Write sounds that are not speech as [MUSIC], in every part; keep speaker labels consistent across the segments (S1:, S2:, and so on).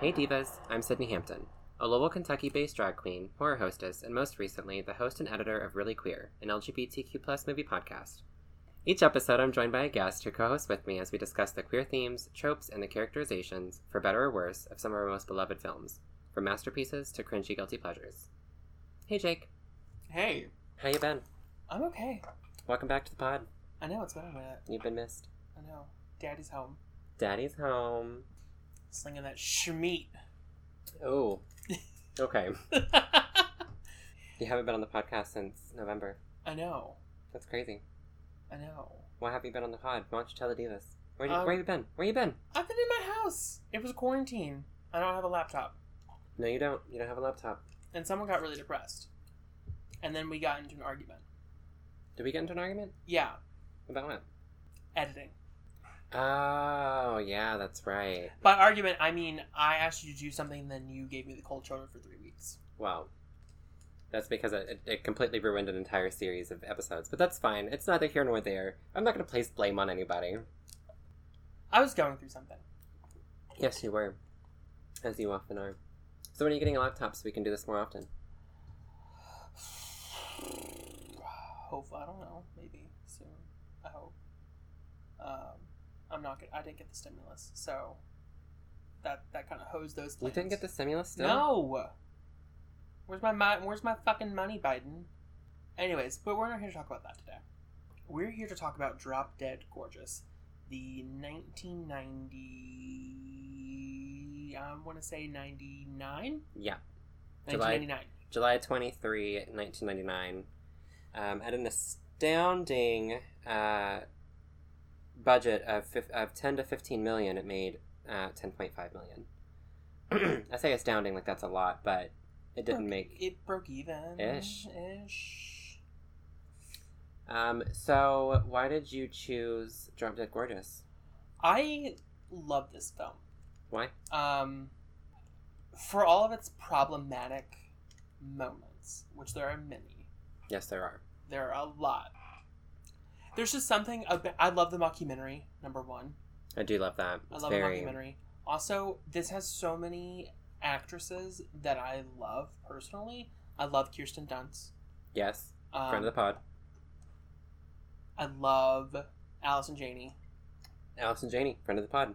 S1: Hey Divas, I'm Sydney Hampton, a Louisville, Kentucky based drag queen, horror hostess, and most recently the host and editor of Really Queer, an LGBTQ plus movie podcast. Each episode, I'm joined by a guest who co hosts with me as we discuss the queer themes, tropes, and the characterizations, for better or worse, of some of our most beloved films, from masterpieces to cringy guilty pleasures. Hey Jake,
S2: Hey,
S1: how you been?
S2: I'm okay.
S1: Welcome back to the pod.
S2: I know it's been a minute.
S1: You've been missed.
S2: I know. Daddy's home,
S1: Daddy's home.
S2: slinging that schmeat.
S1: Oh, okay. You haven't been on the podcast since November.
S2: I know.
S1: That's crazy.
S2: I know.
S1: Why have you been on the pod? Why don't you tell the divas? Where, you
S2: Um,
S1: where you been? Where you been?
S2: I've been in my house. It was quarantine. I don't have a laptop,
S1: No, you don't. You don't have a laptop.
S2: and someone got really depressed, and then we got into an argument.
S1: Did we get into an argument
S2: Yeah,
S1: about what?
S2: editing.
S1: Oh, yeah, that's right.
S2: By argument, I mean I asked you to do something, then you gave me the cold shoulder for three weeks.
S1: Wow. That's because it, it- it completely ruined an entire series of episodes, but that's fine. It's neither here nor there. I'm not going to place blame on anybody.
S2: I was going through something.
S1: Yes, you were, as you often are. So when are you getting a laptop so we can do this more often?
S2: [SIGHS] Hopefully, I don't know. Maybe soon. I hope. Um, I'm not good. I didn't get the stimulus, so that that kind of hosed those.
S1: You
S2: Plans.
S1: didn't get the stimulus still?
S2: No. Where's my mi- Where's my fucking money, Biden? Anyways, but we're not here to talk about that today. We're here to talk about Drop Dead Gorgeous, the 1990. I want to say 99.
S1: Yeah. July.
S2: 1999.
S1: July 23, 1999, um, at an astounding uh, budget of, fif- of 10 to 15 million, it made uh, 10.5 million. [CLEARS THROAT] I say astounding like that's a lot, but it didn't
S2: Broke-
S1: make.
S2: it broke even
S1: Ish.
S2: ish.
S1: Um, so, why did you choose Drop Dead Gorgeous?
S2: I love this film.
S1: Why?
S2: Um, for all of its problematic moments, which there are many,
S1: Yes, there are.
S2: there are a lot. There's just something about. I love the mockumentary. Number one,
S1: I do love that.
S2: I
S1: It's
S2: love
S1: very-
S2: the mockumentary. Also, this has so many actresses that I love personally. I love Kirsten Dunst.
S1: Yes,
S2: Um,
S1: friend of the pod.
S2: I love Allison Janney,
S1: Allison Janney, friend of the pod.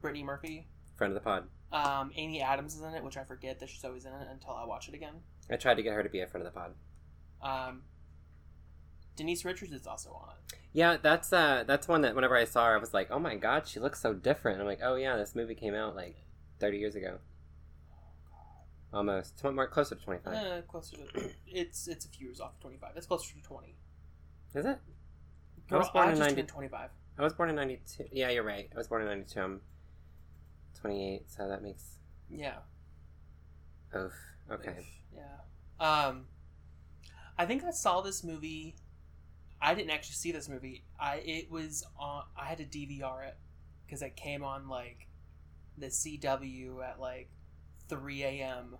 S2: Brittany Murphy.
S1: Friend of the pod.
S2: Um, Amy Adams is in it, which I forget that she's always in it until I watch it again.
S1: I tried to get her to be a friend of the pod.
S2: Um, Denise Richards is also on it.
S1: Yeah, that's uh that's one that whenever I saw her I was like, Oh my god, she looks so different. I'm like, Oh yeah, this movie came out like thirty years ago. Almost. Tw- more closer to twenty five.
S2: Uh,
S1: [CLEARS THROAT]
S2: closer to it's it's a few years off twenty five. It's closer to twenty.
S1: Is it? I
S2: Girl,
S1: was born in ninety
S2: twenty five.
S1: I was born in ninety two yeah, you're right. I was born in ninety two, I'm twenty eight, so that makes
S2: Yeah.
S1: oof. Okay.
S2: Yeah. Um, I think I saw this movie. I didn't actually see this movie. I it was on. I had to DVR it because it came on like the CW at like three a.m.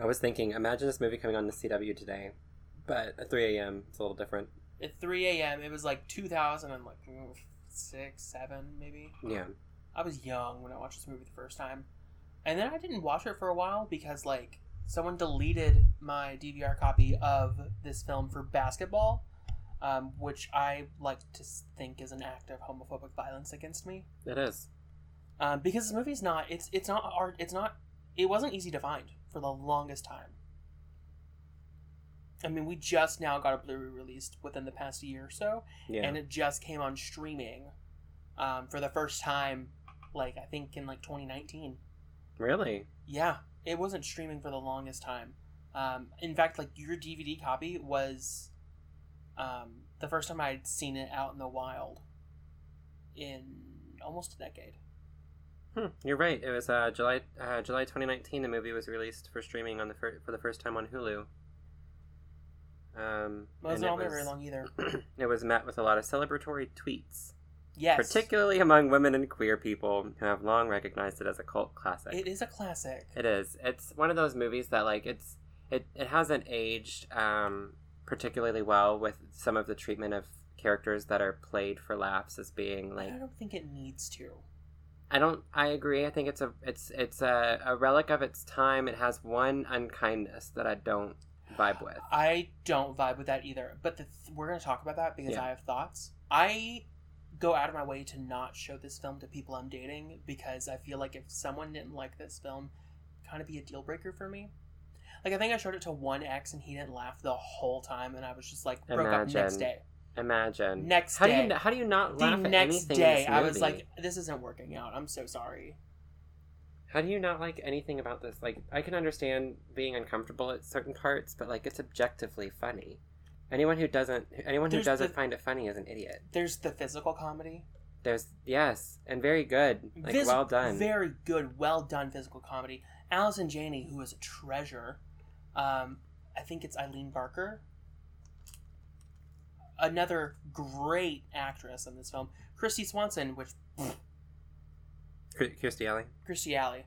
S1: I was thinking, imagine this movie coming on the CW today. But at three AM it's a little different.
S2: at 3 a.m. It was like 2000 and like oof, six, seven, maybe.
S1: Yeah.
S2: I was young when I watched this movie the first time, and then I didn't watch it for a while because like someone deleted my DVR copy of this film for basketball, um, which I like to s- think is an act of homophobic violence against me.
S1: It is.
S2: Um, because this movie's not it's it's not art it's not it wasn't easy to find for the longest time. I mean, we just now got a Blu-ray released within the past year or so,
S1: Yeah.
S2: and it just came on streaming um, for the first time like i think in like 2019
S1: really?
S2: yeah it wasn't streaming for the longest time um, in fact like your dvd copy was um, the first time i'd seen it out in the wild in almost a decade
S1: Hmm, you're right. It was uh, July uh, July 2019. The movie was released for streaming on the fir- for the first time on Hulu. Um,
S2: Well, it's
S1: and it
S2: not on there very
S1: was-
S2: long either.
S1: [CLEARS THROAT] it was met with a lot of celebratory tweets,
S2: Yes.
S1: particularly among women and queer people who have long recognized it as a cult classic.
S2: It is a classic.
S1: It is. It's one of those movies that like it's it it hasn't aged um, particularly well with some of the treatment of characters that are played for laughs as being like
S2: I don't think it needs to.
S1: I don't I agree. I think it's a it's it's a, a relic of its time. It has one unkindness that I don't vibe with.
S2: I don't vibe with that either. But the th- we're going to talk about that because
S1: Yeah.
S2: I have thoughts. I go out of my way to not show this film to people I'm dating because I feel like if someone didn't like this film, kind of be a deal breaker for me. Like I think I showed it to one ex and he didn't laugh the whole time, and I was just like broke up next
S1: Imagine.
S2: day.
S1: Imagine.
S2: Next
S1: how
S2: day.
S1: do you how do you not
S2: the
S1: laugh at
S2: next
S1: anything in
S2: day,
S1: this
S2: I
S1: movie?
S2: was like, "This isn't working out. I'm so sorry."
S1: How do you not like anything about this? Like, I can understand being uncomfortable at certain parts, but like, it's objectively funny. Anyone who doesn't, anyone who
S2: There's
S1: doesn't
S2: the-
S1: find it funny is an idiot.
S2: There's the physical comedy,
S1: There's yes, and very good, like
S2: Vis-
S1: well done.
S2: Very good, well done physical comedy. Allison Janney, who is a treasure. Um, I think it's Eileen Barker. Another great actress in this film. Christy Swanson, which
S1: Cr- Kirstie Alley.
S2: Christy Alley.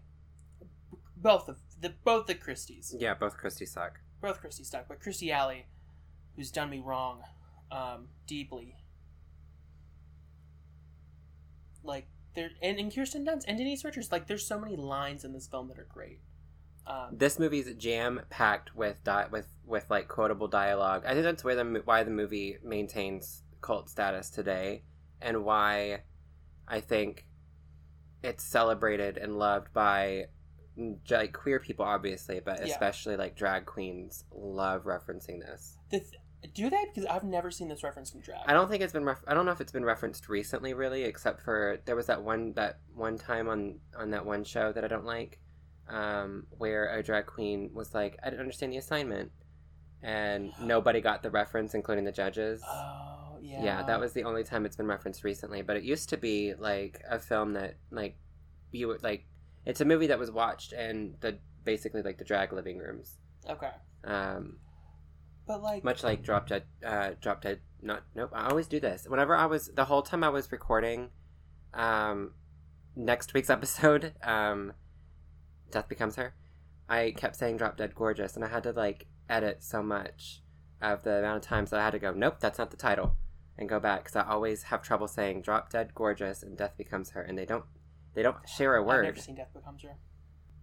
S2: Both of the both the Christies.
S1: Yeah, both Christie suck.
S2: Both Christy stuck, but Christy Alley, who's done me wrong, um, deeply. Like there and, and Kirsten Dunst and Denise Richards, like there's so many lines in this film that are great. Um,
S1: This movie's jam packed with di- with with like quotable dialogue. I think that's where the mo- why the movie maintains cult status today, and why I think it's celebrated and loved by mm, j- like queer people, obviously, but
S2: Yeah.
S1: especially like drag queens love referencing this.
S2: The th- do they? Because I've never seen this reference in drag.
S1: I don't think it's been ref- I don't know if it's been referenced recently, really, except for there was that one that one time on on that one show that I don't like, um, where a drag queen was like, "I didn't understand the assignment," and nobody got the reference, including the judges.
S2: Oh yeah.
S1: yeah. that was the only time it's been referenced recently. But it used to be like a film that like you would like. It's a movie that was watched in the basically like the drag living rooms.
S2: okay.
S1: Um,
S2: But like,
S1: much like drop dead uh drop dead not nope i always do this whenever i was the whole time i was recording um next week's [LAUGHS] episode um death becomes her i kept saying drop dead gorgeous and i had to like edit so much of the amount of times that i had to go nope that's not the title and go back because i always have trouble saying drop dead gorgeous and death becomes her and they don't they don't share a
S2: I've
S1: word
S2: never seen Death Becomes Her.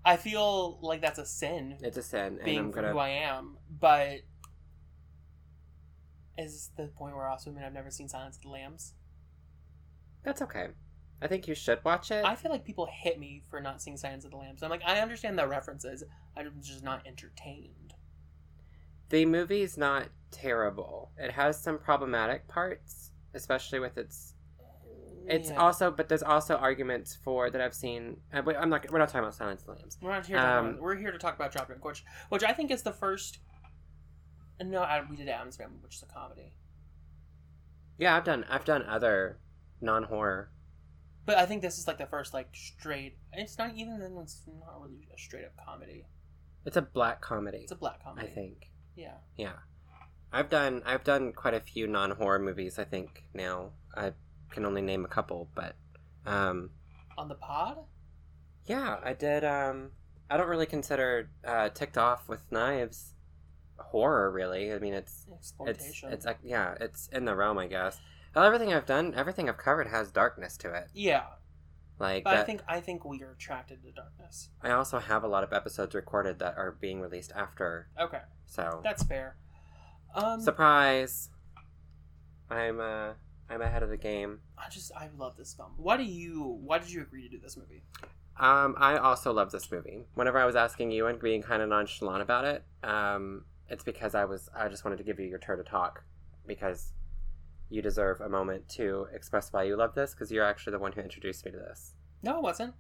S2: I feel like that's a sin
S1: it's a sin and i'm
S2: being from
S1: gonna
S2: who I am, but is this the point where I also mean I've never seen Silence of the Lambs?
S1: that's okay i think you should watch it
S2: I feel like people hit me for not seeing Silence of the Lambs. I'm like, I understand the references. I'm just not entertained.
S1: the movie's not terrible. It has some problematic parts, especially with its. It's
S2: Yeah.
S1: also, but there's also arguments for that I've seen. uh, wait, I'm not. We're not talking about Silence of the Lambs.
S2: We're not here. To talk
S1: Um,
S2: about, we're here to talk about Drop Dead Gorgeous, which I think is the first. No, I, we did Adam's Family, which is a comedy,
S1: Yeah, I've done. I've done other non-horror.
S2: but I think this is like the first like straight. It's not even then. It's not really a straight up comedy.
S1: It's a black comedy.
S2: It's a black comedy.
S1: I think.
S2: Yeah.
S1: Yeah, I've done. I've done quite a few non-horror movies. I think now I can only name a couple, but um,
S2: On the pod,
S1: yeah, I did. Um, I don't really consider uh, ticked off with knives horror. Really, I mean it's it's
S2: exploitation.
S1: it's like yeah it's in the realm i guess Well, everything i've done everything i've covered has darkness to it
S2: yeah,
S1: like
S2: but I
S1: that,
S2: think I think we are attracted to darkness.
S1: I also have a lot of episodes recorded that are being released after
S2: Okay,
S1: so
S2: that's fair. Um,
S1: surprise i'm uh i'm ahead of the game
S2: I just I love this film. Why do you? Why did you agree to do this movie?
S1: um i also love this movie whenever i was asking you and being kind of nonchalant about it um it's because i was i just wanted to give you your turn to talk because you deserve a moment to express why you love this because you're actually the one who introduced me to this
S2: No, it wasn't.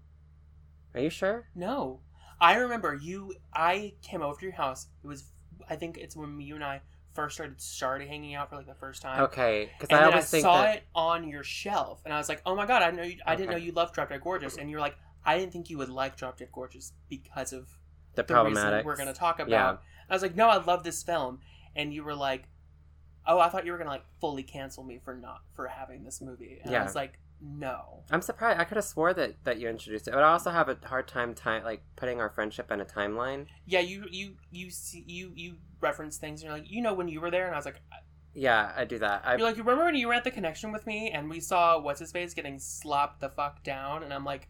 S1: are you sure
S2: No. I remember you I came over to your house. It was I think it's when you and I first started started hanging out for like the first time.
S1: Okay, because
S2: And
S1: I
S2: then I
S1: always think
S2: saw
S1: that
S2: it on your shelf and I was like, "Oh my god, I know you, I didn't know
S1: Okay.
S2: you loved Drop Dead Gorgeous." And you're like, I didn't think you would like Drop Dead Gorgeous because of
S1: The,
S2: the reason
S1: problematic.
S2: we're going to talk about.
S1: Yeah.
S2: I was like, no, I love this film, and you were like, oh, I thought you were going to like fully cancel me for not for having this movie, and
S1: Yeah.
S2: I was like, no,
S1: I'm surprised. I could have swore that that you introduced it, but I also have a hard time time like putting our friendship in a timeline.
S2: yeah, you you you see you you reference things, and you're like, you know, when you were there, and I was like,
S1: Yeah, I do that. I,
S2: you're like, you remember when you were at the connection with me, and we saw what's his face getting slopped the fuck down, and I'm like,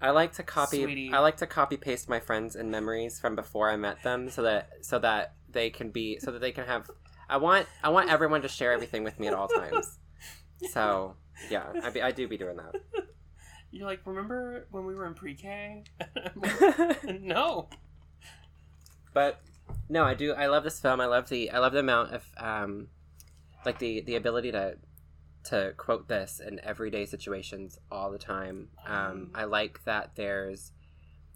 S1: I like to copy.
S2: Sweetie.
S1: I like to copy paste my friends and memories from before I met them, so that so that they can be so that they can have. I want I want everyone to share everything with me at all
S2: [LAUGHS]
S1: times. So yeah, I, be, I do be doing
S2: you're like, remember when we were in pre-K? [LAUGHS]
S1: that.
S2: no,
S1: but no i do i love this film i love the i love the amount of um like the the ability to to quote this in everyday situations all the time um
S2: Um.
S1: i like that there's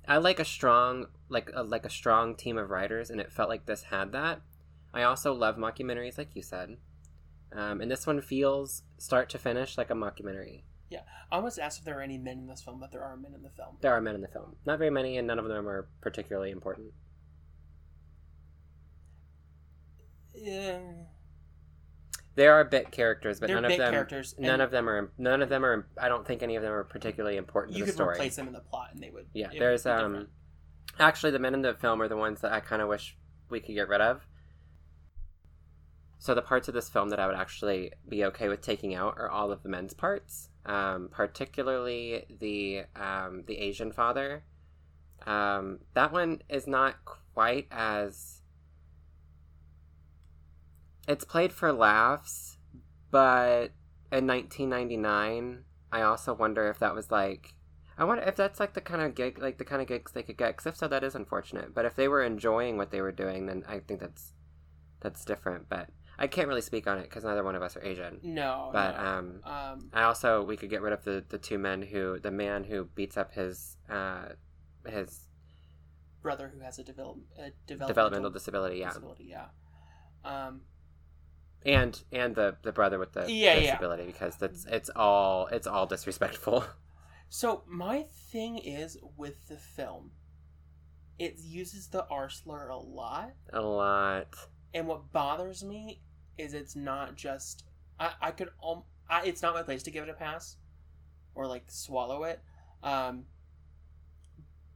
S1: i like a strong like a, like a strong team of writers and it felt like this had that i also love mockumentaries like you said um, and this one feels start to finish like a mockumentary
S2: I almost asked if there are any men in this film, but there are men in the film.
S1: there are men in the film not very many and none of them are particularly important
S2: Yeah,
S1: there are bit characters but
S2: they're
S1: none
S2: big
S1: of them
S2: characters. and
S1: None of them are. None of them are. I don't think any of them are particularly important
S2: you
S1: to the
S2: could
S1: story.
S2: replace them in the plot, and they would.
S1: yeah,
S2: it would
S1: there's
S2: be
S1: um.
S2: different.
S1: Actually, the men in the film are the ones that I kind of wish we could get rid of. So the parts of this film that I would actually be okay with taking out are all of the men's parts, um, particularly the um, the Asian father. Um, that one is not quite as. It's played for laughs, but in 1999, I also wonder if that was like I wonder if that's like the kind of gig, like the kind of gigs they could get. Because if so, that is unfortunate. But if they were enjoying what they were doing, then I think that's that's different. But I can't really speak on it because neither one of us are Asian.
S2: No,
S1: but
S2: no.
S1: um,
S2: um,
S1: I also we could get rid of the the two men who the man who beats up his uh his
S2: brother who has a develop a developmental,
S1: developmental disability, yeah,
S2: disability. Yeah. Um,
S1: and and the the brother with the
S2: Yeah, yeah.
S1: disability because that's it's all it's all disrespectful. [LAUGHS]
S2: so my thing is with the film, it uses the R slur a lot,
S1: A lot.
S2: and what bothers me is it's not just I I could um I, it's not my place to give it a pass, or like swallow it, um.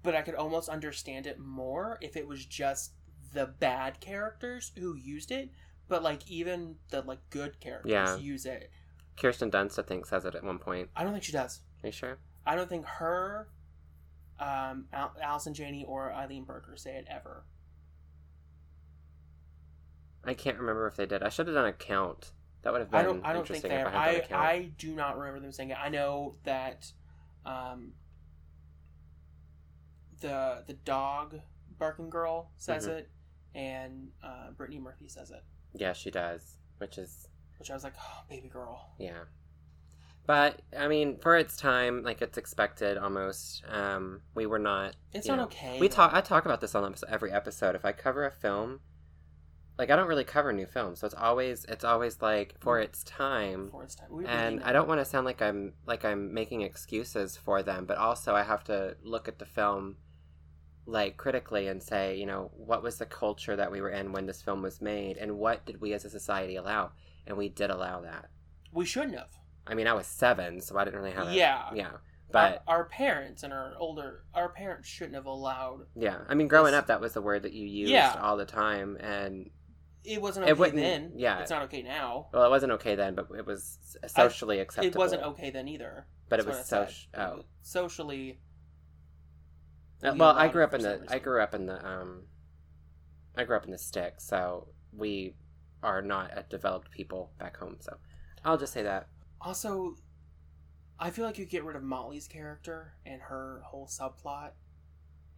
S2: But I could almost understand it more if it was just the bad characters who used it, but like even the like good characters
S1: Yeah.
S2: use it.
S1: Kirsten Dunst, I think, says it at one point.
S2: I don't think she does.
S1: Are you sure?
S2: I don't think her, um, Al- Allison Janney or Eileen Berger say it ever.
S1: I can't remember if they did. I should have done a count. That would have been
S2: I don't. I don't think
S1: interesting
S2: they.
S1: if
S2: Ever,
S1: I had
S2: I
S1: done a count.
S2: I do not remember them saying it. I know that, um, the the dog barking girl says
S1: Mhm.
S2: it, and uh, Brittany Murphy says it,
S1: Yeah, she does, which is
S2: which I was like, oh, baby girl.
S1: yeah. But I mean, for its time, like it's expected almost. Um, we were not.
S2: It's
S1: Yeah.
S2: not okay.
S1: We
S2: though.
S1: talk. I talk about this on episode, every episode. If I cover a film, like I don't really cover new films, so it's always it's always like for
S2: Mm.
S1: its time.
S2: before it's time. We really
S1: and
S2: know.
S1: I don't want to sound like I'm like I'm making excuses for them, but also I have to look at the film like critically and say, you know, what was the culture that we were in when this film was made and what did we as a society allow? And we did allow that.
S2: We shouldn't have.
S1: I mean, I was 7, so I didn't really have it.
S2: Yeah.
S1: Yeah. But
S2: our, our parents and our older our parents shouldn't have allowed.
S1: yeah, I mean growing
S2: This-
S1: up that was the word that you used
S2: Yeah.
S1: all the time and
S2: It wasn't
S1: It
S2: okay
S1: wouldn't-
S2: then.
S1: yeah.
S2: it's not okay now.
S1: well, it wasn't okay then, but it was socially acceptable.
S2: It wasn't okay then either.
S1: but it
S2: That's
S1: was
S2: what I
S1: so
S2: said.
S1: oh.
S2: socially.
S1: Uh,
S2: we
S1: well,
S2: allowed
S1: I grew
S2: it
S1: up
S2: for
S1: in the
S2: some
S1: I
S2: reason.
S1: grew up in the um, I grew up in the stick, so we are not a developed people back home. So I'll just say that.
S2: Also, I feel like you get rid of Molly's character and her whole subplot,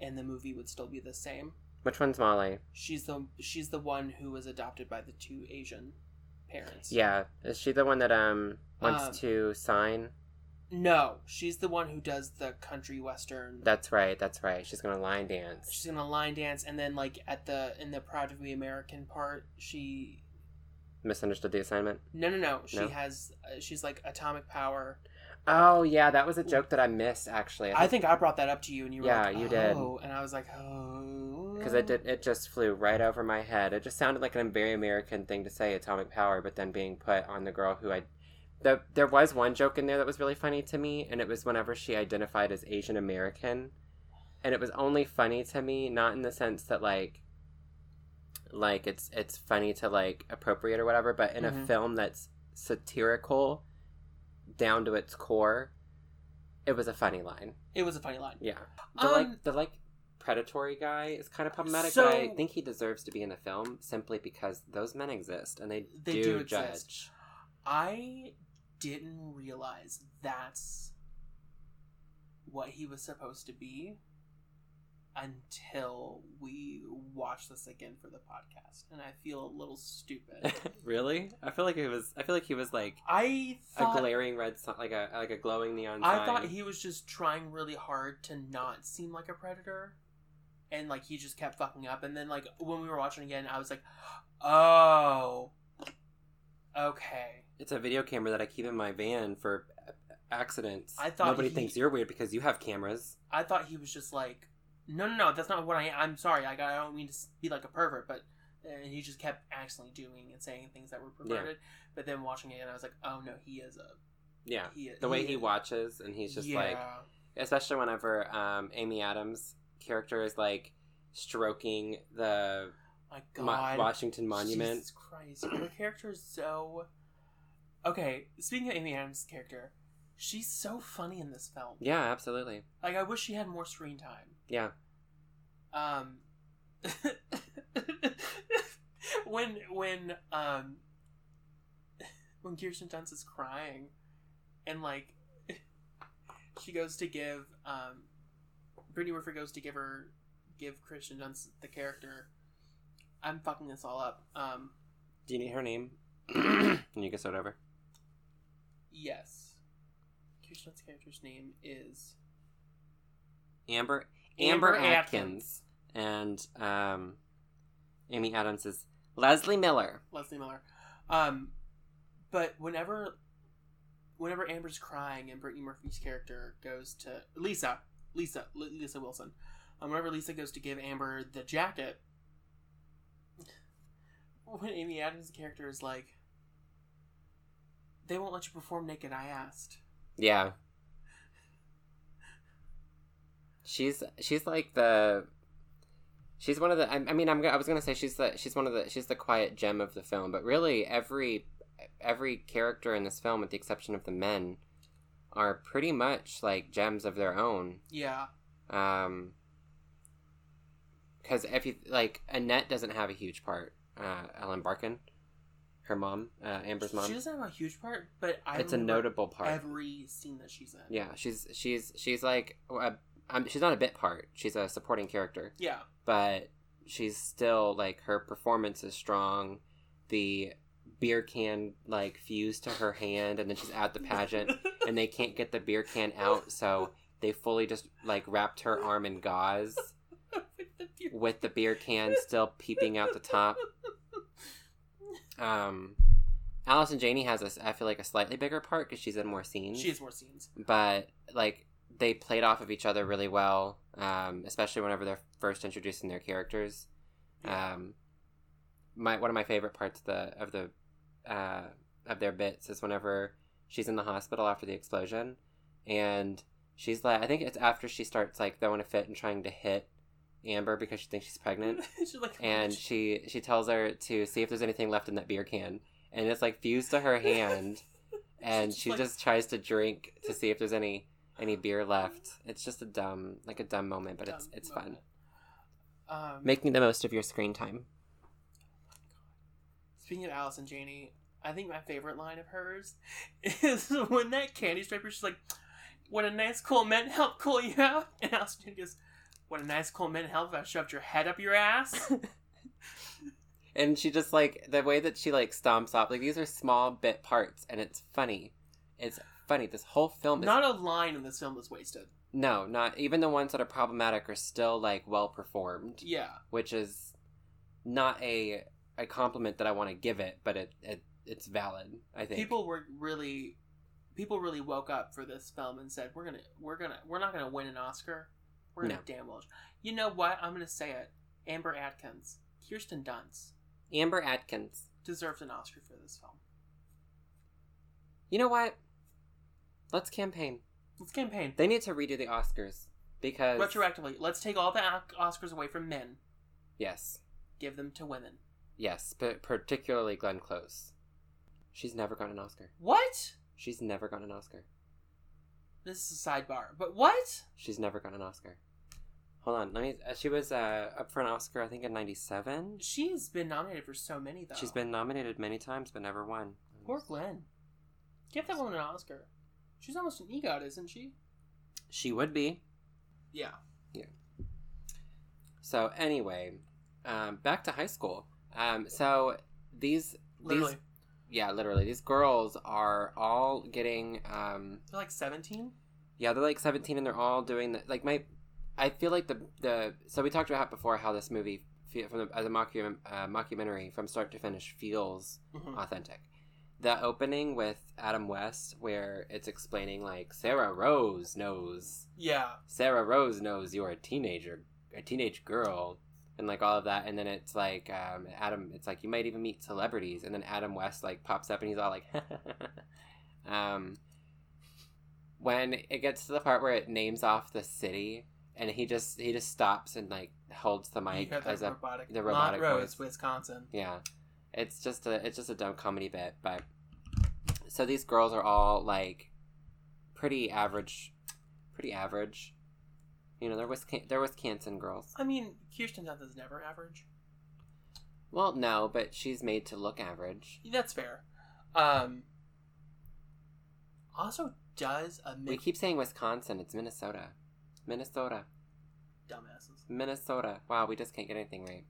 S2: and the movie would still be the same.
S1: Which one's Molly?
S2: She's the she's the one who was adopted by the two Asian parents.
S1: Yeah, is she the one that um wants
S2: Um,
S1: to sign?
S2: No, she's the one who does the country western.
S1: That's right. That's right. She's gonna line dance.
S2: she's gonna line dance, and then like at the in the proud to be American part, she
S1: Misunderstood the assignment.
S2: no no no she
S1: No?
S2: has uh, she's like atomic power.
S1: Oh yeah, that was a joke that I missed actually.
S2: I think I brought that up to you, and you were
S1: Yeah,
S2: like,
S1: you did.
S2: "Oh," and I was like, oh,
S1: because it did, it just flew right over my head. It just sounded like an very American thing to say, atomic power, but then being put on the girl who I. The, there was one joke in there that was really funny to me, and it was whenever she identified as Asian American, and it was only funny to me, not in the sense that like, like it's it's funny to like appropriate or whatever, but in a
S2: Mhm.
S1: film that's satirical, down to its core, it was a funny line.
S2: It was a funny line.
S1: Yeah. The
S2: Um,
S1: like the like predatory guy is kind of problematic,
S2: So-
S1: but I think he deserves to be in a film simply because those men exist and they,
S2: They
S1: do,
S2: do exist.
S1: judge.
S2: I didn't realize that's what he was supposed to be until we watched this again for the podcast, and I feel a little stupid.
S1: [LAUGHS] really? I feel like it was I feel like he was like
S2: I
S1: a
S2: thought
S1: glaring red sign like a like a glowing neon sign.
S2: I thought he was just trying really hard to not seem like a predator, and like he just kept fucking up. And then like when we were watching again, I was like, oh, okay.
S1: it's a video camera that I keep in my van for accidents.
S2: I thought
S1: nobody
S2: he-
S1: thinks you're weird because you have cameras.
S2: I thought he was just like, no, no, no, that's not what I. I'm sorry. Like, I don't mean to s- be like a pervert, but and he just kept actually doing and saying things that were perverted. But then watching it, and I was like, oh no, he is a
S1: Yeah.
S2: he.
S1: The way he watches and he's just like especially whenever um Amy Adams character is like stroking the
S2: my
S1: Mo-
S2: god,
S1: Washington Monument.
S2: Jesus Christ, her character is so. Okay, speaking of Amy Adams' character, she's so funny in this film.
S1: Yeah, absolutely.
S2: Like, I wish she had more screen time.
S1: Yeah.
S2: um [LAUGHS] when when um when Kirsten Dunst is crying and like [LAUGHS] she goes to give um Brittany Murphy goes to give her give Christian Dunst the character I'm fucking this all up um
S1: Do you need her
S2: [CLEARS THROAT]
S1: name? and you can start over.
S2: yes Kirsten Dunst's character's name is
S1: Amber Amber,
S2: Amber
S1: Atkins. and um, Amy Adams is Leslie Miller.
S2: Leslie Miller. Um, but whenever, whenever Amber's crying and Brittany Murphy's character goes to Lisa, Lisa, L- Lisa Wilson, um, whenever Lisa goes to give Amber the jacket, when Amy Adams' character is like, "They won't let you perform naked," I asked.
S1: Yeah. She's she's like the she's one of the I, I mean I'm go- I was gonna say she's the she's one of the she's the quiet gem of the film but really every every character in this film with the exception of the men are pretty much like gems of their own
S2: Yeah,
S1: um because if you like annette doesn't have a huge part uh ellen barkin her mom uh, amber's mom
S2: she doesn't have a huge part, but I
S1: it's a
S2: remember
S1: notable part
S2: Every scene that she's in.
S1: yeah she's she's she's like a, um, she's not a bit part she's a supporting character
S2: Yeah.
S1: but she's still like her performance is strong the beer can like fused to her hand and then she's at the
S2: [LAUGHS]
S1: pageant and they can't get the beer can out so they fully just like wrapped her arm in gauze
S2: With the beer
S1: with the beer can still peeping out the top. Um, Alice and Janie has a, s- I feel like a slightly bigger part because she's in more scenes.
S2: [LAUGHS] She has more scenes.
S1: but like they played off of each other really well, um, especially whenever they're first introducing their characters. Um, my one of my favorite parts of the of the uh, of their bits is whenever she's in the hospital after the explosion, and she's like, I think it's after she starts like throwing a fit and trying to hit Amber because she thinks she's pregnant
S2: [LAUGHS] She's like,
S1: and she she tells her to see if there's anything left in that beer can and it's like fused to
S2: [LAUGHS]
S1: her hand and
S2: She's
S1: she
S2: like-
S1: just tries to drink to see if there's any any beer left it's just a dumb like a dumb moment but it's
S2: Dumb
S1: it's fun
S2: moment. Um,
S1: making the most of your screen time
S2: speaking of Alice and Janie, I think my favorite line of hers [LAUGHS] is when that candy striper, she's like, "What a nice cool man help cool you out," [LAUGHS] and Alice and Janie goes, "What a nice cool man help if I shoved your head up
S1: [LAUGHS]
S2: your ass."
S1: and she just like the way that she like stomps off like these are small bit parts and it's funny it's funny this whole film is
S2: Not a line in this film is wasted.
S1: no not even the ones that are problematic are still like well performed
S2: Yeah,
S1: which is not a a compliment that I want to give it, but it, it it's valid. I think
S2: people were really people really woke up for this film and said, "We're gonna, we're gonna, we're not gonna win an Oscar. We're gonna
S1: No.
S2: damn well." You know what? I'm gonna say it. Amber Atkins, Kirsten Dunst
S1: Amber Atkins.
S2: deserves an Oscar for this film.
S1: You know what? Let's campaign.
S2: Let's campaign
S1: They need to redo the Oscars because
S2: retroactively. Let's take all the Oc- Oscars away from men,
S1: Yes,
S2: give them to women.
S1: yes, but particularly Glenn Close. She's never gotten an Oscar.
S2: What?
S1: She's never gotten an Oscar.
S2: This is a sidebar, but what?
S1: She's never gotten an Oscar. Hold on, let me. uh, She was uh, up for an Oscar, I think, in '97.
S2: She's been nominated for so many though.
S1: She's been nominated many times, but never won.
S2: poor Glenn. Give that woman an Oscar. She's almost an EGOT, isn't she?
S1: She would be.
S2: Yeah.
S1: So anyway, um, back to high school. Um, so these,
S2: Literally.
S1: these, yeah, literally, these girls are all getting. Um,
S2: They're like 17?
S1: Yeah, they're like 17 and they're all doing the, like my I feel like the the so we talked about before how this movie fe- from the, as a mockum, uh, mockumentary from start to finish feels
S2: Mhm.
S1: authentic. The opening with Adam West where it's explaining like Sarah Rose knows
S2: Yeah.
S1: Sarah Rose knows you're a teenager, a teenage girl and like all of that and then it's like um, Adam it's like you might even meet celebrities and then Adam West like pops up and he's all like [LAUGHS] um when it gets to the part where it names off the city and he just he just stops and like holds the mic
S2: you have
S1: as
S2: that
S1: a
S2: robotic,
S1: the robotic
S2: Montrose,
S1: voice.
S2: Wisconsin.
S1: yeah it's just a it's just a dumb comedy bit but so these girls are all like pretty average pretty average you know they're Wisconsin they're Wisconsin girls
S2: I mean, Kirsten Dunst is never average.
S1: well no but she's made to look average
S2: That's fair. Um, also, does a
S1: we
S2: mid-
S1: keep saying Wisconsin it's Minnesota Minnesota
S2: dumbasses.
S1: Minnesota. Wow, we just can't get anything right.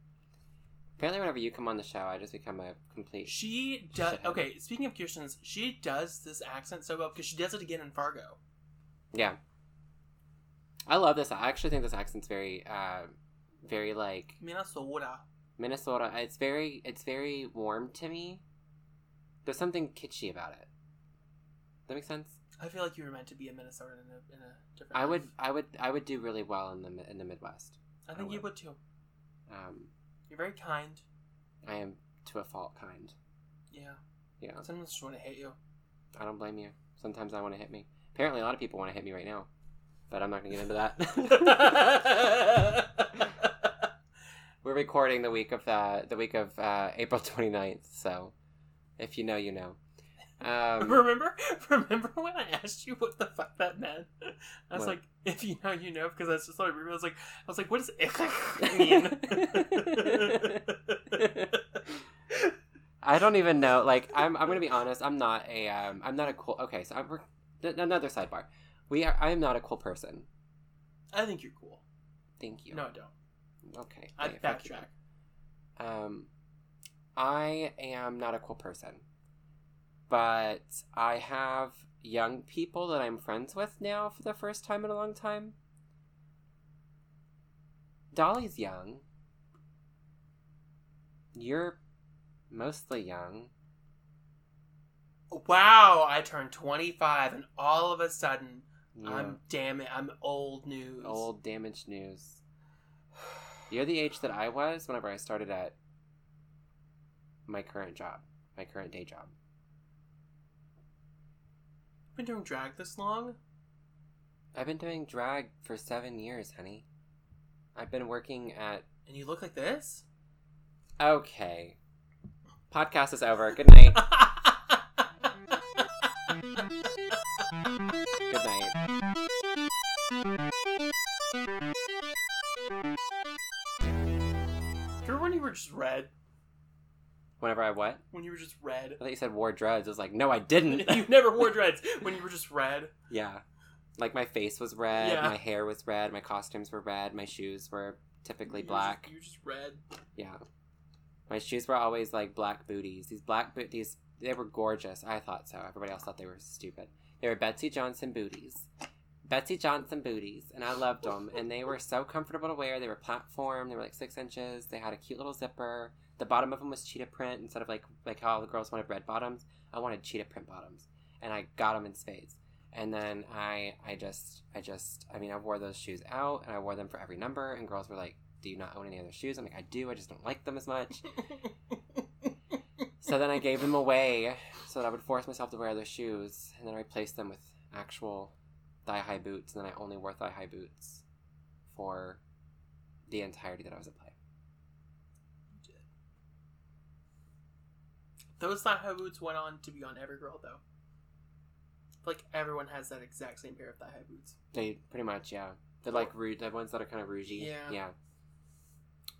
S1: Apparently, whenever you come on the show, I just become a complete. Sh-
S2: She does.
S1: Shit.
S2: Okay, speaking of Kirsten's, she does this accent so well because she does it again in Fargo.
S1: yeah, I love this. I actually think this accent's very, uh, very like
S2: Minnesota.
S1: Minnesota. It's very, it's very warm to me. There's something kitschy about it. That makes sense.
S2: I feel like you were meant to be a Minnesotan in a, in a different.
S1: I would,
S2: life.
S1: I would, I would do really well in the Mi- in the Midwest.
S2: I think
S1: I
S2: you
S1: would.
S2: would too.
S1: Um,
S2: You're very kind.
S1: I am to a fault kind.
S2: Yeah.
S1: Yeah,
S2: Sometimes I just want to hate you.
S1: I don't blame you. Sometimes I want to hit me. Apparently, a lot of people want to hit me right now, but I'm not gonna get into
S2: [LAUGHS]
S1: that. [LAUGHS] We're recording the week of uh, the week of uh, April 29th, so if you know, you know.
S2: [LAUGHS]
S1: Um,
S2: remember, remember when I asked you what the fuck that meant? I was
S1: What?
S2: like, if you know, you know, because that's just what I remember. I was like, I was like, what does it [LAUGHS]
S1: [LAUGHS]
S2: mean?
S1: I don't even know. Like, I'm, I'm gonna be honest. I'm not a um, I'm not a cool. Okay, so I'm, we're, th- another sidebar. We are. I am not a cool person.
S2: I think you're cool.
S1: Thank you.
S2: No, I don't.
S1: Okay.
S2: I
S1: okay, fuck
S2: backtrack.
S1: you. Um, I am not a cool person, but I have young people that I'm friends with now for the first time in a long time. Dolly's young. You're mostly young.
S2: Wow, I turned 25, and all of a sudden,
S1: You're
S2: I'm damn it, I'm old news. [SIGHS]
S1: old, damaged news. You're the age that I was whenever I started at my current job, my current day job.
S2: I've been doing drag this long.
S1: I've been doing drag for seven years, honey. I've been working at.
S2: And you look like this?
S1: [LAUGHS] Okay. Podcast is over. Good night. Good night.
S2: Remember when you were just red?
S1: Whenever I what?
S2: When you were just red?
S1: [LAUGHS]
S2: [LAUGHS]
S1: I thought you said wore dreads. I was like, no, I didn't.
S2: you never wore dreads when you were just red.
S1: yeah. Like my face was red,
S2: Yeah.
S1: my hair was red, my costumes were red, my shoes were typically
S2: You were
S1: black.
S2: just- You were just red.
S1: Yeah. My shoes were always like black booties. These black booties, they were gorgeous. I thought so. Everybody else thought they were stupid. They were Betsy Johnson booties. Betsy Johnson booties, and I loved them. And they were so comfortable to wear. They were platform. They were like six inches. They had a cute little zipper. The bottom of them was cheetah print instead of like like how all the girls wanted red bottoms. I wanted cheetah print bottoms, and I got them in spades. And then I I just I just I mean I wore those shoes out and I wore them for every number and girls were like, "Do you not own any other shoes?" I'm like, "I do. I just don't like them as much." so then I gave them away so that I would force myself to wear other shoes and then I replaced them with actual thigh high boots and then I only wore thigh high boots for the entirety that I was at play.
S2: Those thigh high boots went on to be on every girl though. Like everyone has that exact same pair of thigh high boots.
S1: They pretty much, yeah. They're like rouge, the ones that are kind of rougey.
S2: Yeah.
S1: Yeah.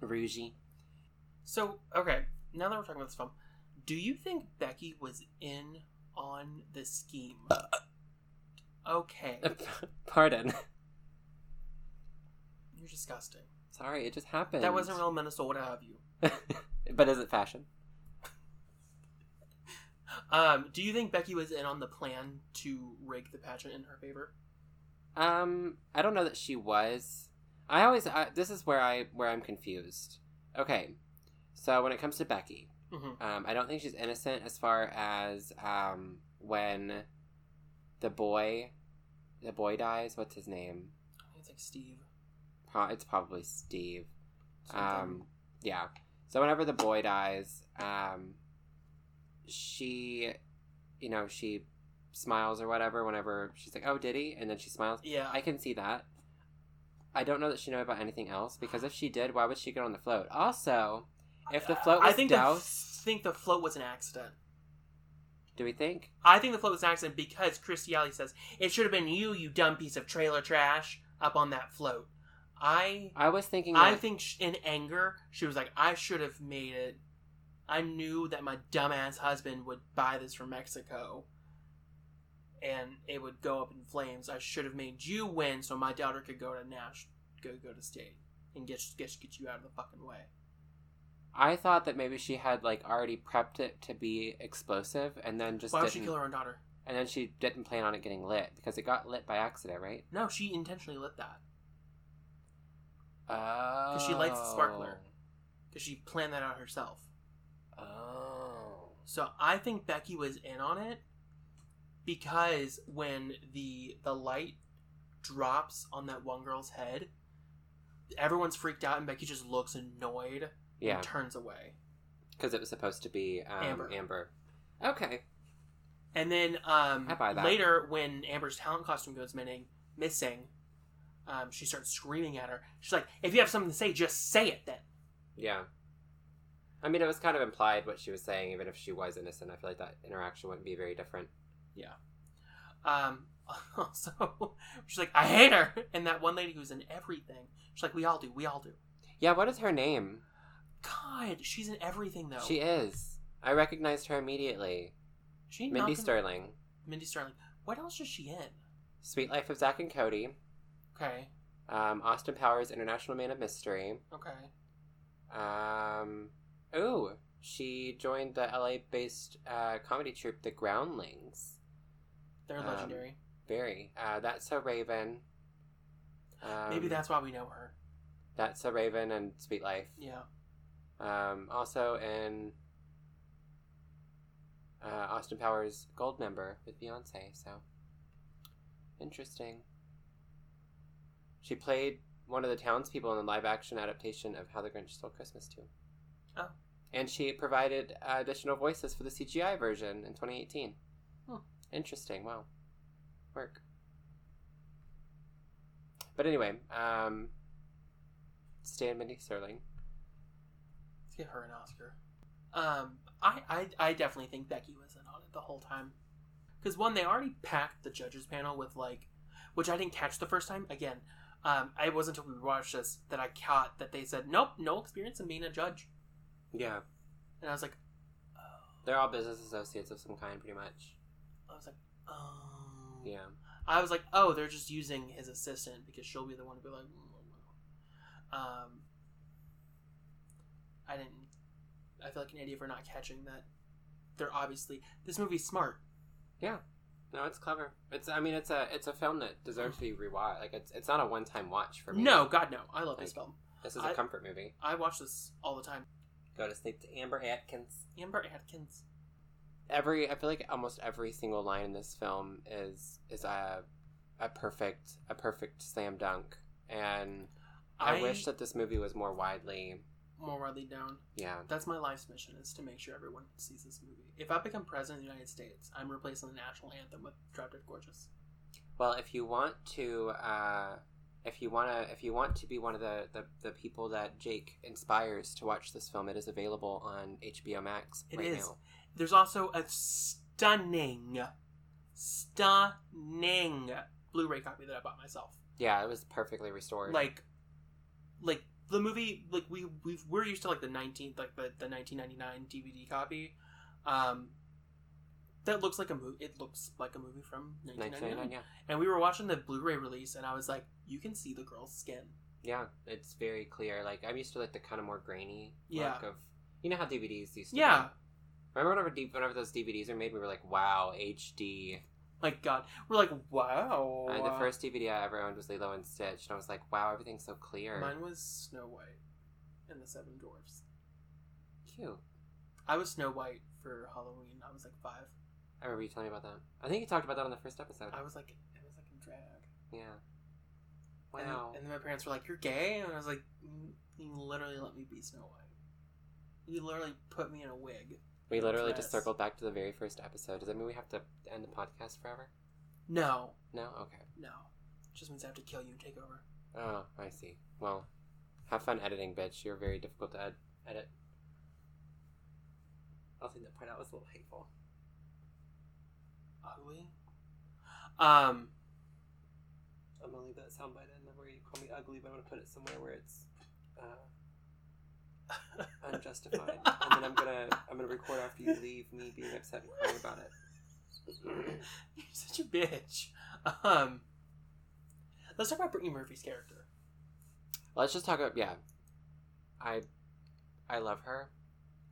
S1: Rougey. [LAUGHS]
S2: So okay, now that we're talking about this film, do you think Becky was in on the scheme? Okay,
S1: Pardon.
S2: you're disgusting.
S1: Sorry, it just happened.
S2: That wasn't real Minnesota of you.
S1: [LAUGHS] but is it fashion?
S2: Um, do you think Becky was in on the plan to rig the pageant in her favor?
S1: Um, I don't know that she was. I always I, this is where I where I'm confused. Okay, so when it comes to Becky,
S2: Mm-hmm.
S1: um, I don't think she's innocent as far as um when the boy, the boy dies. What's his name?
S2: It's like Steve.
S1: Pro- it's probably Steve.
S2: sometime.
S1: Um, yeah. So whenever the boy dies, um, she, you know, she smiles or whatever. Whenever she's like, "Oh, did he?" and then she smiles.
S2: yeah,
S1: I can see that. I don't know that she knew about anything else because if she did, why would she get on the float? Also, if the float
S2: I
S1: was
S2: think
S1: doused,
S2: the, think the float was an accident.
S1: do we think?
S2: I think the float was an accident because Christy Alley says it should have been you, you dumb piece of trailer trash, up on that float. I
S1: I was thinking.
S2: I
S1: that-
S2: think sh- in anger she was like, I should have made it. I knew that my dumbass husband would buy this from Mexico, and it would go up in flames. I should have made you win so my daughter could go to Nash, go go to state, and get get get you out of the fucking way.
S1: I thought that maybe she had like already prepped it to be explosive, and then just
S2: Why would
S1: didn't,
S2: she kill her own daughter?
S1: and then she didn't plan on it getting lit because it got lit by accident, right?
S2: No, she intentionally lit that.
S1: Oh, because
S2: she lights the sparkler. because she planned that out herself.
S1: Oh,
S2: So I think Becky was in on it because when the the light drops on that one girl's head, everyone's freaked out and Becky just looks annoyed
S1: yeah,
S2: and turns away.
S1: because it was supposed to be um,
S2: Amber.
S1: Amber. Okay,
S2: And then um,
S1: I buy that.
S2: later, when Amber's talent costume goes missing, missing, um, she starts screaming at her. She's like, "If you have something to say, just say it then."
S1: yeah. I mean, it was kind of implied what she was saying, even if she was innocent. I feel like that interaction wouldn't be very different.
S2: Um, [LAUGHS] also, she's like, "I hate her," and that one lady who's in everything. She's like, "We all do. We all do."
S1: Yeah, what is her name?
S2: God, she's in everything though.
S1: She is. I recognized her immediately.
S2: she
S1: Mindy
S2: Malcolm-
S1: Sterling,
S2: Mindy Sterling. What else is she in?
S1: Sweet Life of Zach and Cody,
S2: Okay,
S1: um, Austin Powers, International Man of Mystery.
S2: okay.
S1: Um, ooh, she joined the LA-based uh, comedy troupe, The Groundlings.
S2: They're
S1: Um,
S2: legendary.
S1: Very. Uh, That's a Raven. Um,
S2: Maybe that's why we know her.
S1: That's a Raven and Sweet Life.
S2: Yeah.
S1: Um, also in uh, Austin Powers Gold Member with Beyonce. So interesting. She played one of the townspeople in the live action adaptation of How the Grinch Stole Christmas Too.
S2: Oh.
S1: And she provided uh, additional voices for the CGI version in 2018.
S2: Hmm.
S1: Interesting. Wow. Work. But anyway, um, Stan Mindy Sterling.
S2: Let's give her an Oscar. Um, I, I, I definitely think Becky was in on it the whole time. Because one, they already packed the judges panel with like, which I didn't catch the first time. Again, um, it wasn't until we watched this that I caught that they said, "Nope, no experience in being a judge,"
S1: Yeah.
S2: and I was like,
S1: They're all business associates of some kind, pretty much.
S2: I was like, oh.
S1: Yeah.
S2: I was like, oh, they're just using his assistant because she'll be the one to be like, "Mm, mm, mm." um, I didn't. I feel like an idiot for not catching that. They're obviously this movie's smart.
S1: No, it's clever. It's I mean it's a it's a film that deserves to be rewatched. Like it's it's not a one time watch for me.
S2: No, God, no, I love this
S1: Like-
S2: film.
S1: This is a
S2: I-
S1: comfort movie.
S2: I watch this all the time.
S1: Go to sleep to Amber Atkins.
S2: Amber Atkins.
S1: every I feel like almost every single line in this film is is a a perfect a perfect slam dunk, and I, wish that this movie was more widely.
S2: more widely known.
S1: Yeah,
S2: That's my life's mission is to make sure everyone sees this movie. If I become president of the United States, I'm replacing the national anthem with Drop Dead Gorgeous.
S1: Well, if you want to, uh, if you want to, if you want to be one of the, the the people that Jake inspires to watch this film, it is available on HBO Max
S2: It
S1: right
S2: is.
S1: now.
S2: There's also a stunning, stunning Blu-ray copy that I bought myself.
S1: Yeah, it was perfectly restored.
S2: Like, like the movie, like we we we're used to like the 19th, like the, the 1999 DVD copy. Um, that looks like a movie. It looks like a movie from
S1: 1999.
S2: 1999.
S1: Yeah,
S2: And we were watching the Blu-ray release, and I was like, you can see the girl's skin.
S1: yeah, it's very clear. Like I'm used to like the kind of more grainy
S2: Yeah.
S1: look of. You know how DVDs used to.
S2: Yeah.
S1: be? Remember whenever D- whenever those DVDs were made, we were like, "Wow, HD."
S2: Like God, we're like, Oh, wow.
S1: Uh, the first DVD I ever owned was Lilo and Stitch, and I was like, "Wow, everything's so clear."
S2: mine was Snow White and the Seven Dwarfs.
S1: Cute.
S2: I was Snow White for Halloween. I was like five.
S1: I remember you telling me about that. I think you talked about that on the first episode.
S2: I was like, I was like in drag.
S1: Yeah.
S2: And-
S1: Wow.
S2: And, then my parents were like, "You're gay," and I was like, "You you literally let me be Snow White. You literally put me in a wig."
S1: we literally just
S2: Dress.
S1: circled back to the very first episode. Does that mean we have to end the podcast forever?
S2: No,
S1: No? Okay.
S2: no, it just means I have to kill you and take over.
S1: Oh, I see. Well, have fun editing, bitch. You're very difficult to ed- edit. I think that part out was a little hateful.
S2: Ugly. Um.
S1: I'm gonna leave that soundbite in where you call me ugly, but I'm gonna put it somewhere where it's uh,
S2: [LAUGHS]
S1: unjustified, and then I'm gonna I'm gonna record after you leave me being upset and crying about
S2: [LAUGHS]
S1: it.
S2: [LAUGHS] You're such a bitch. Um. Let's talk about Brittany Murphy's character.
S1: Let's just talk about yeah. I I love her.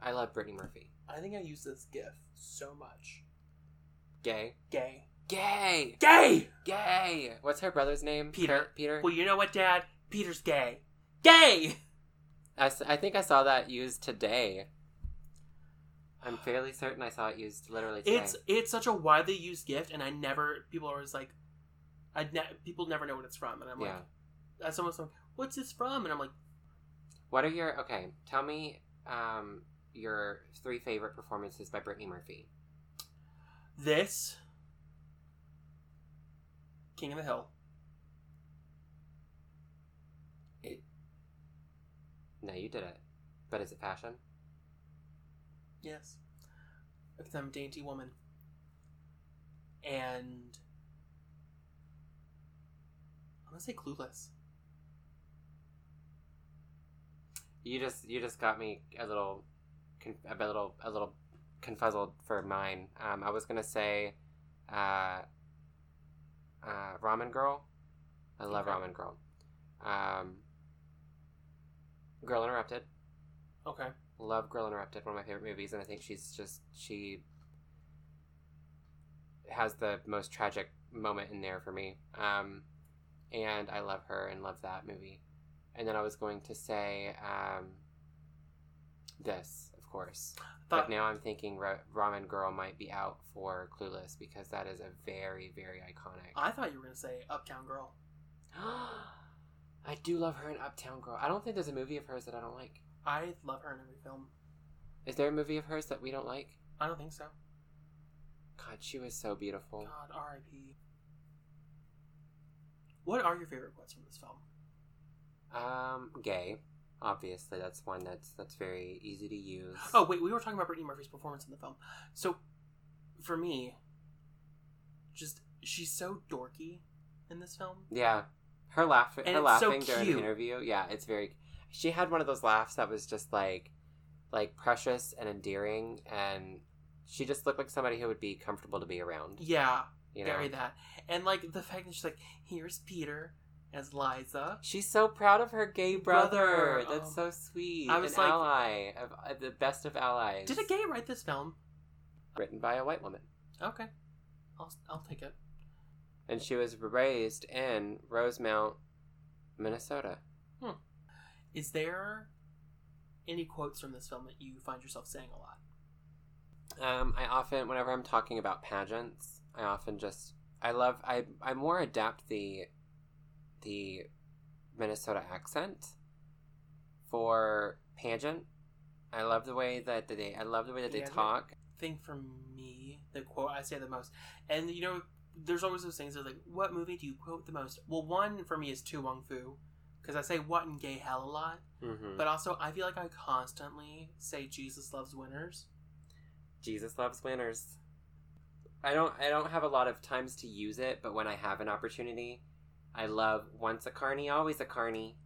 S1: I love Brittany Murphy.
S2: I think I use this gif so much.
S1: Gay.
S2: Gay.
S1: Gay.
S2: Gay.
S1: Gay. What's her brother's name?
S2: Peter.
S1: Pe- Peter.
S2: Well, you know what, Dad? Peter's gay. Gay.
S1: I, s- I think I saw that used today. I'm fairly certain I saw it used literally today.
S2: It's it's such a widely used gift, and I never people are always like, I ne- people never know what it's from, and I'm
S1: yeah.
S2: like, as someone's like, what's this from? And I'm like,
S1: What are your okay? Tell me um your three favorite performances by Brittany Murphy.
S2: this. King of the Hill.
S1: No, you did it. But is it fashion?
S2: Yes. Because I'm a dainty woman. And I'm gonna say clueless.
S1: You just you just got me a little, con- a bit- little a little confuzzled for mine. Um, I was gonna say, uh, uh, Ramen Girl. I love
S2: Okay.
S1: Ramen Girl. Um, Girl Interrupted.
S2: Okay.
S1: Love Girl Interrupted. One of my favorite movies, and I think she's just she has the most tragic moment in there for me. Um, and I love her and love that movie. And then I was going to say um, this, of course.
S2: Thought
S1: But now I'm thinking Ra- Ramen Girl might be out for Clueless because that is a very, very iconic.
S2: I thought you were gonna say Uptown Girl.
S1: [GASPS] I do love her in Uptown Girl. I don't think there's a movie of hers that I don't like.
S2: I love her in every film.
S1: Is there a movie of hers that we don't like?
S2: I don't think so.
S1: God, she was so beautiful.
S2: God, R.I.P. What are your favorite quotes from this film?
S1: Um, gay. Obviously, that's one that's that's very easy to use.
S2: Oh wait, we were talking about Brittany Murphy's performance in the film. So, for me, just she's so dorky in this film.
S1: yeah, her laugh,
S2: And
S1: her
S2: it's so
S1: laughing during
S2: cute.
S1: the interview. Yeah, it's very. She had one of those laughs that was just like, like precious and endearing, and she just looked like somebody who would be comfortable to be around.
S2: Yeah,
S1: You know,
S2: very that, and like the fact that she's like, "Here's Peter as Liza."
S1: she's so proud of her gay brother.
S2: Brother,
S1: That's so
S2: oh.
S1: sweet.
S2: I was
S1: An
S2: like-
S1: ally of uh, the best of allies.
S2: Did a gay write this film?
S1: written by a white woman.
S2: Okay, I'll I'll take it.
S1: and she was raised in Rosemount, Minnesota.
S2: Is there any quotes from this film that you find yourself saying a lot?
S1: Um, I often, whenever I'm talking about pageants, I often just I love I I more adapt the the Minnesota accent for pageant. I love the way that they I love the way that they
S2: Pageant?
S1: talk.
S2: thing for me, the quote I say the most, and you know, there's always those things that are like, what movie do you quote the most? Well, one for me is Tu Wong Fu, because I say what in gay hell a lot,
S1: hmm
S2: but also I feel like I constantly say Jesus loves winners. [LAUGHS]
S1: Jesus loves winners. I don't I don't have a lot of times to use it, but when I have an opportunity, I love once a carny, always a carny.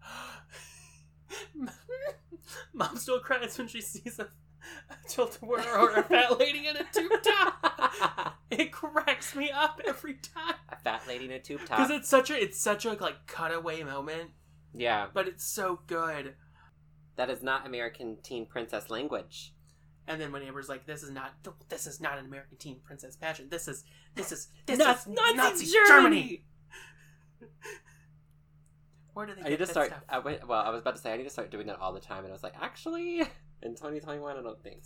S2: Mom still cries when she sees a, a tiltaware or a fat lady in a tube top.
S1: a
S2: It cracks me up every time
S1: fat lady in a tube
S2: [LAUGHS] because
S1: top.
S2: it's such a it's such a like cutaway moment,
S1: yeah,
S2: but it's so good.
S1: that is not American teen princess language.
S2: And then my neighbor's like, "This is not this is not an American teen princess pageant. This is this is this
S1: Nazi-
S2: is
S1: Nazi Germany."
S2: Where do they?
S1: I
S2: Get
S1: need to
S2: that
S1: start.
S2: stuff?
S1: I went, well, I was about to say I need to start doing that all the time, and I was like, actually, [LAUGHS] in 2021, I don't think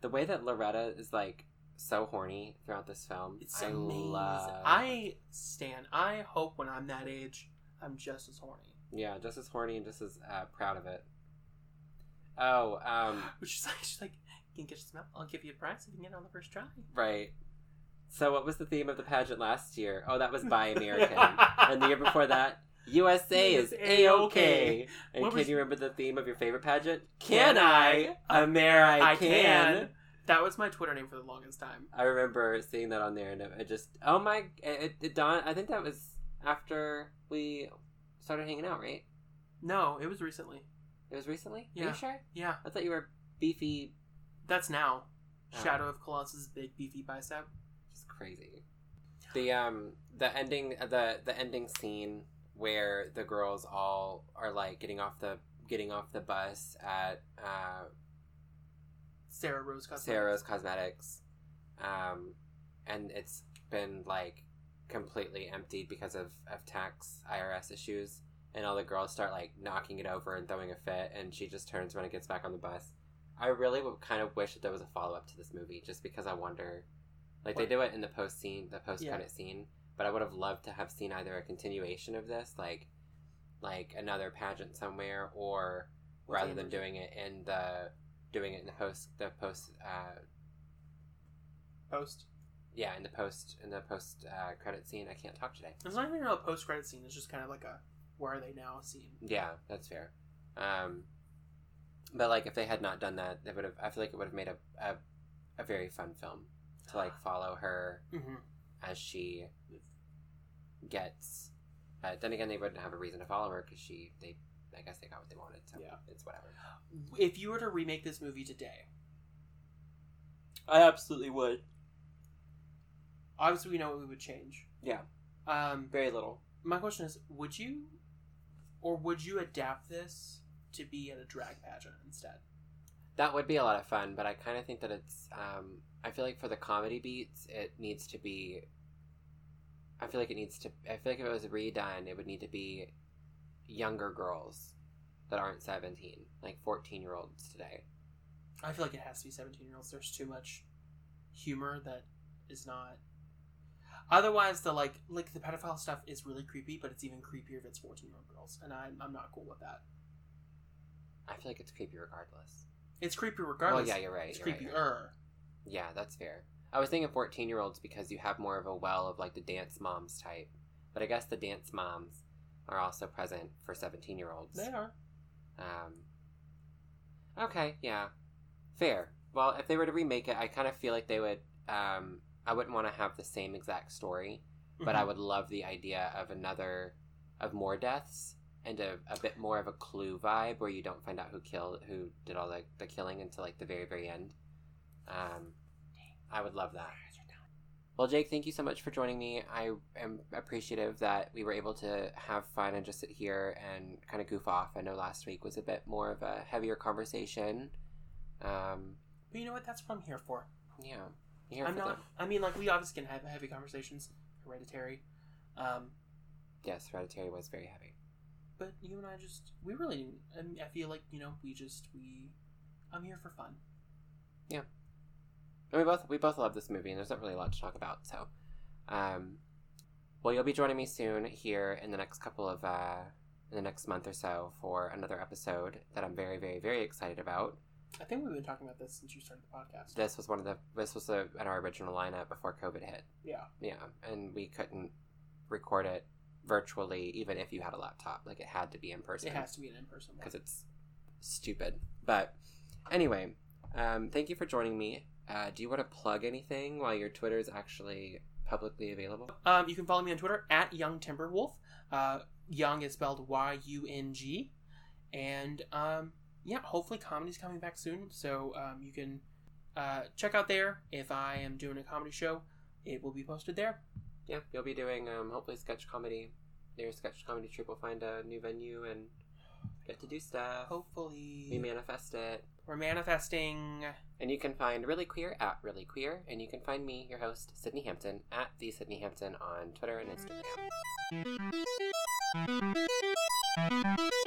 S1: the way that Loretta is like so horny throughout this film.
S2: It's
S1: I
S2: amazing.
S1: love.
S2: I stand. I hope when I'm that age, I'm just as horny.
S1: yeah, just as horny and just as uh, proud of it. Oh, um,
S2: [LAUGHS] Which is like, she's like, you can get some I'll give you a prize if you can get it on the first try.
S1: right. So, what was the theme of the pageant last year? Oh, that was
S2: [LAUGHS]
S1: Buy American. and the year before that, USA is a okay. And
S2: What
S1: can
S2: was-
S1: you remember the theme of your favorite pageant?
S2: Can
S1: Can I?
S2: I?
S1: America.
S2: I can. That was my Twitter name for the longest time.
S1: I remember seeing that on there, and it, it just oh my! It, it dawned. I think that was after we started hanging out, right?
S2: No, it was recently.
S1: It was recently. Are
S2: Yeah.
S1: you sure?
S2: Yeah,
S1: I thought you were beefy.
S2: that's now.
S1: Oh.
S2: Shadow of Colossus' big beefy bicep.
S1: Just crazy.
S2: uh,
S1: The um the ending the the ending scene where the girls all are like getting off the getting off the bus at uh
S2: Sarah Rose Cosmetics.
S1: Sarah's Cosmetics, um, and it's been like completely emptied because of, of tax IRS issues. And all the girls start like knocking it over and throwing a fit, and she just turns when it gets back on the bus. I really would kind of wish that there was a follow up to this movie, just because I wonder, like they
S2: What?
S1: do it in the post scene, the post credit scene, but I would have loved to have seen either a continuation of this, like like another pageant somewhere, or
S2: What's
S1: rather
S2: the
S1: than
S2: image?
S1: doing it in the doing it in the post the post uh
S2: Post.
S1: yeah in the post in the post uh credit scene i can't talk today
S2: It's not even a post credit scene. It's just kind of like a where are they now scene.
S1: yeah that's fair um but like if they had not done that they would have i feel like it would have made a, a a very fun film to like [SIGHS] follow her
S2: Mm-hmm.
S1: as she gets uh, then again they wouldn't have a reason to follow her because she they i guess they got what they wanted so
S2: Yeah.
S1: it's whatever
S2: If you were to remake this movie today, I absolutely would. Obviously, we know what we would change.
S1: Yeah.
S2: Um,
S1: very little
S2: my question is: Would you, or would you adapt this to be at a drag pageant instead?
S1: That would be a lot of fun, but I kind of think that it's. Um, I feel like for the comedy beats, it needs to be. I feel like it needs to. I feel like if it was redone, it would need to be younger girls that aren't 17, like 14 year olds today.
S2: I feel like it has to be seventeen-year-olds. There's too much humor that is not. Otherwise, the like like the pedophile stuff is really creepy, but it's even creepier if it's fourteen-year-old girls, and I, I'm not cool with that.
S1: I feel like it's creepy regardless.
S2: It's creepy
S1: Oh,
S2: regardless.
S1: yeah, you're right.
S2: it's
S1: you're right,
S2: creepier.
S1: you're right. Yeah, that's fair. I was thinking 14 year olds because you have more of a well of like the dance moms type, but I guess the dance moms are also present for 17 year olds.
S2: They are.
S1: Um, okay, yeah, fair. Well, if they were to remake it, I kind of feel like they would. Um, I wouldn't want to have the same exact story,
S2: Mm-hmm.
S1: but I would love the idea of another, of more deaths and a, a bit more of a clue vibe where you don't find out who killed, who did all the, the killing until like the very, very end. Um, I would love that. Well, Jake, thank you so much for joining me. I am appreciative that we were able to have fun and just sit here and kind of goof off. I know last week was a bit more of a heavier conversation. Um,
S2: But you know what? That's what I'm here for.
S1: yeah, You're here
S2: I'm
S1: for
S2: not.
S1: the-
S2: I mean, like we obviously can have heavy conversations, hereditary, um,
S1: Yes, Hereditary was very heavy.
S2: but you and I just we really. I, mean, I feel like you know we just we. I'm here for fun.
S1: And we both we both love this movie, and there's not really a lot to talk about. So, um, well, you'll be joining me soon here in the next couple of uh, in the next month or so for another episode that I'm very, very, very excited about.
S2: I think we've been talking about this since you started the podcast.
S1: This was one of the this was a, in our original lineup before COVID hit.
S2: Yeah.
S1: Yeah, and we couldn't record it virtually, even if you had a laptop. Like it had to be in person
S2: It has to be an in person one.
S1: because it's stupid. But anyway, um, thank you for joining me. Uh, do you want to plug anything while your Twitter is actually publicly available?
S2: Um, you can follow me on Twitter at Young Timberwolf. Uh, young is spelled Y U N G. And um, yeah, hopefully comedy's coming back soon. So um, you can uh, check out there. If I am doing a comedy show, it will be posted there.
S1: Yeah, you'll be doing um, hopefully sketch comedy. Your sketch comedy troupe will find a new venue and get to do stuff.
S2: Hopefully.
S1: We manifest it.
S2: We're manifesting.
S1: And you can find Really Queer at Really Queer, and you can find me, your host, Sydney Hampton, at the Sydney Hampton on Twitter and Instagram.
S3: Thank you.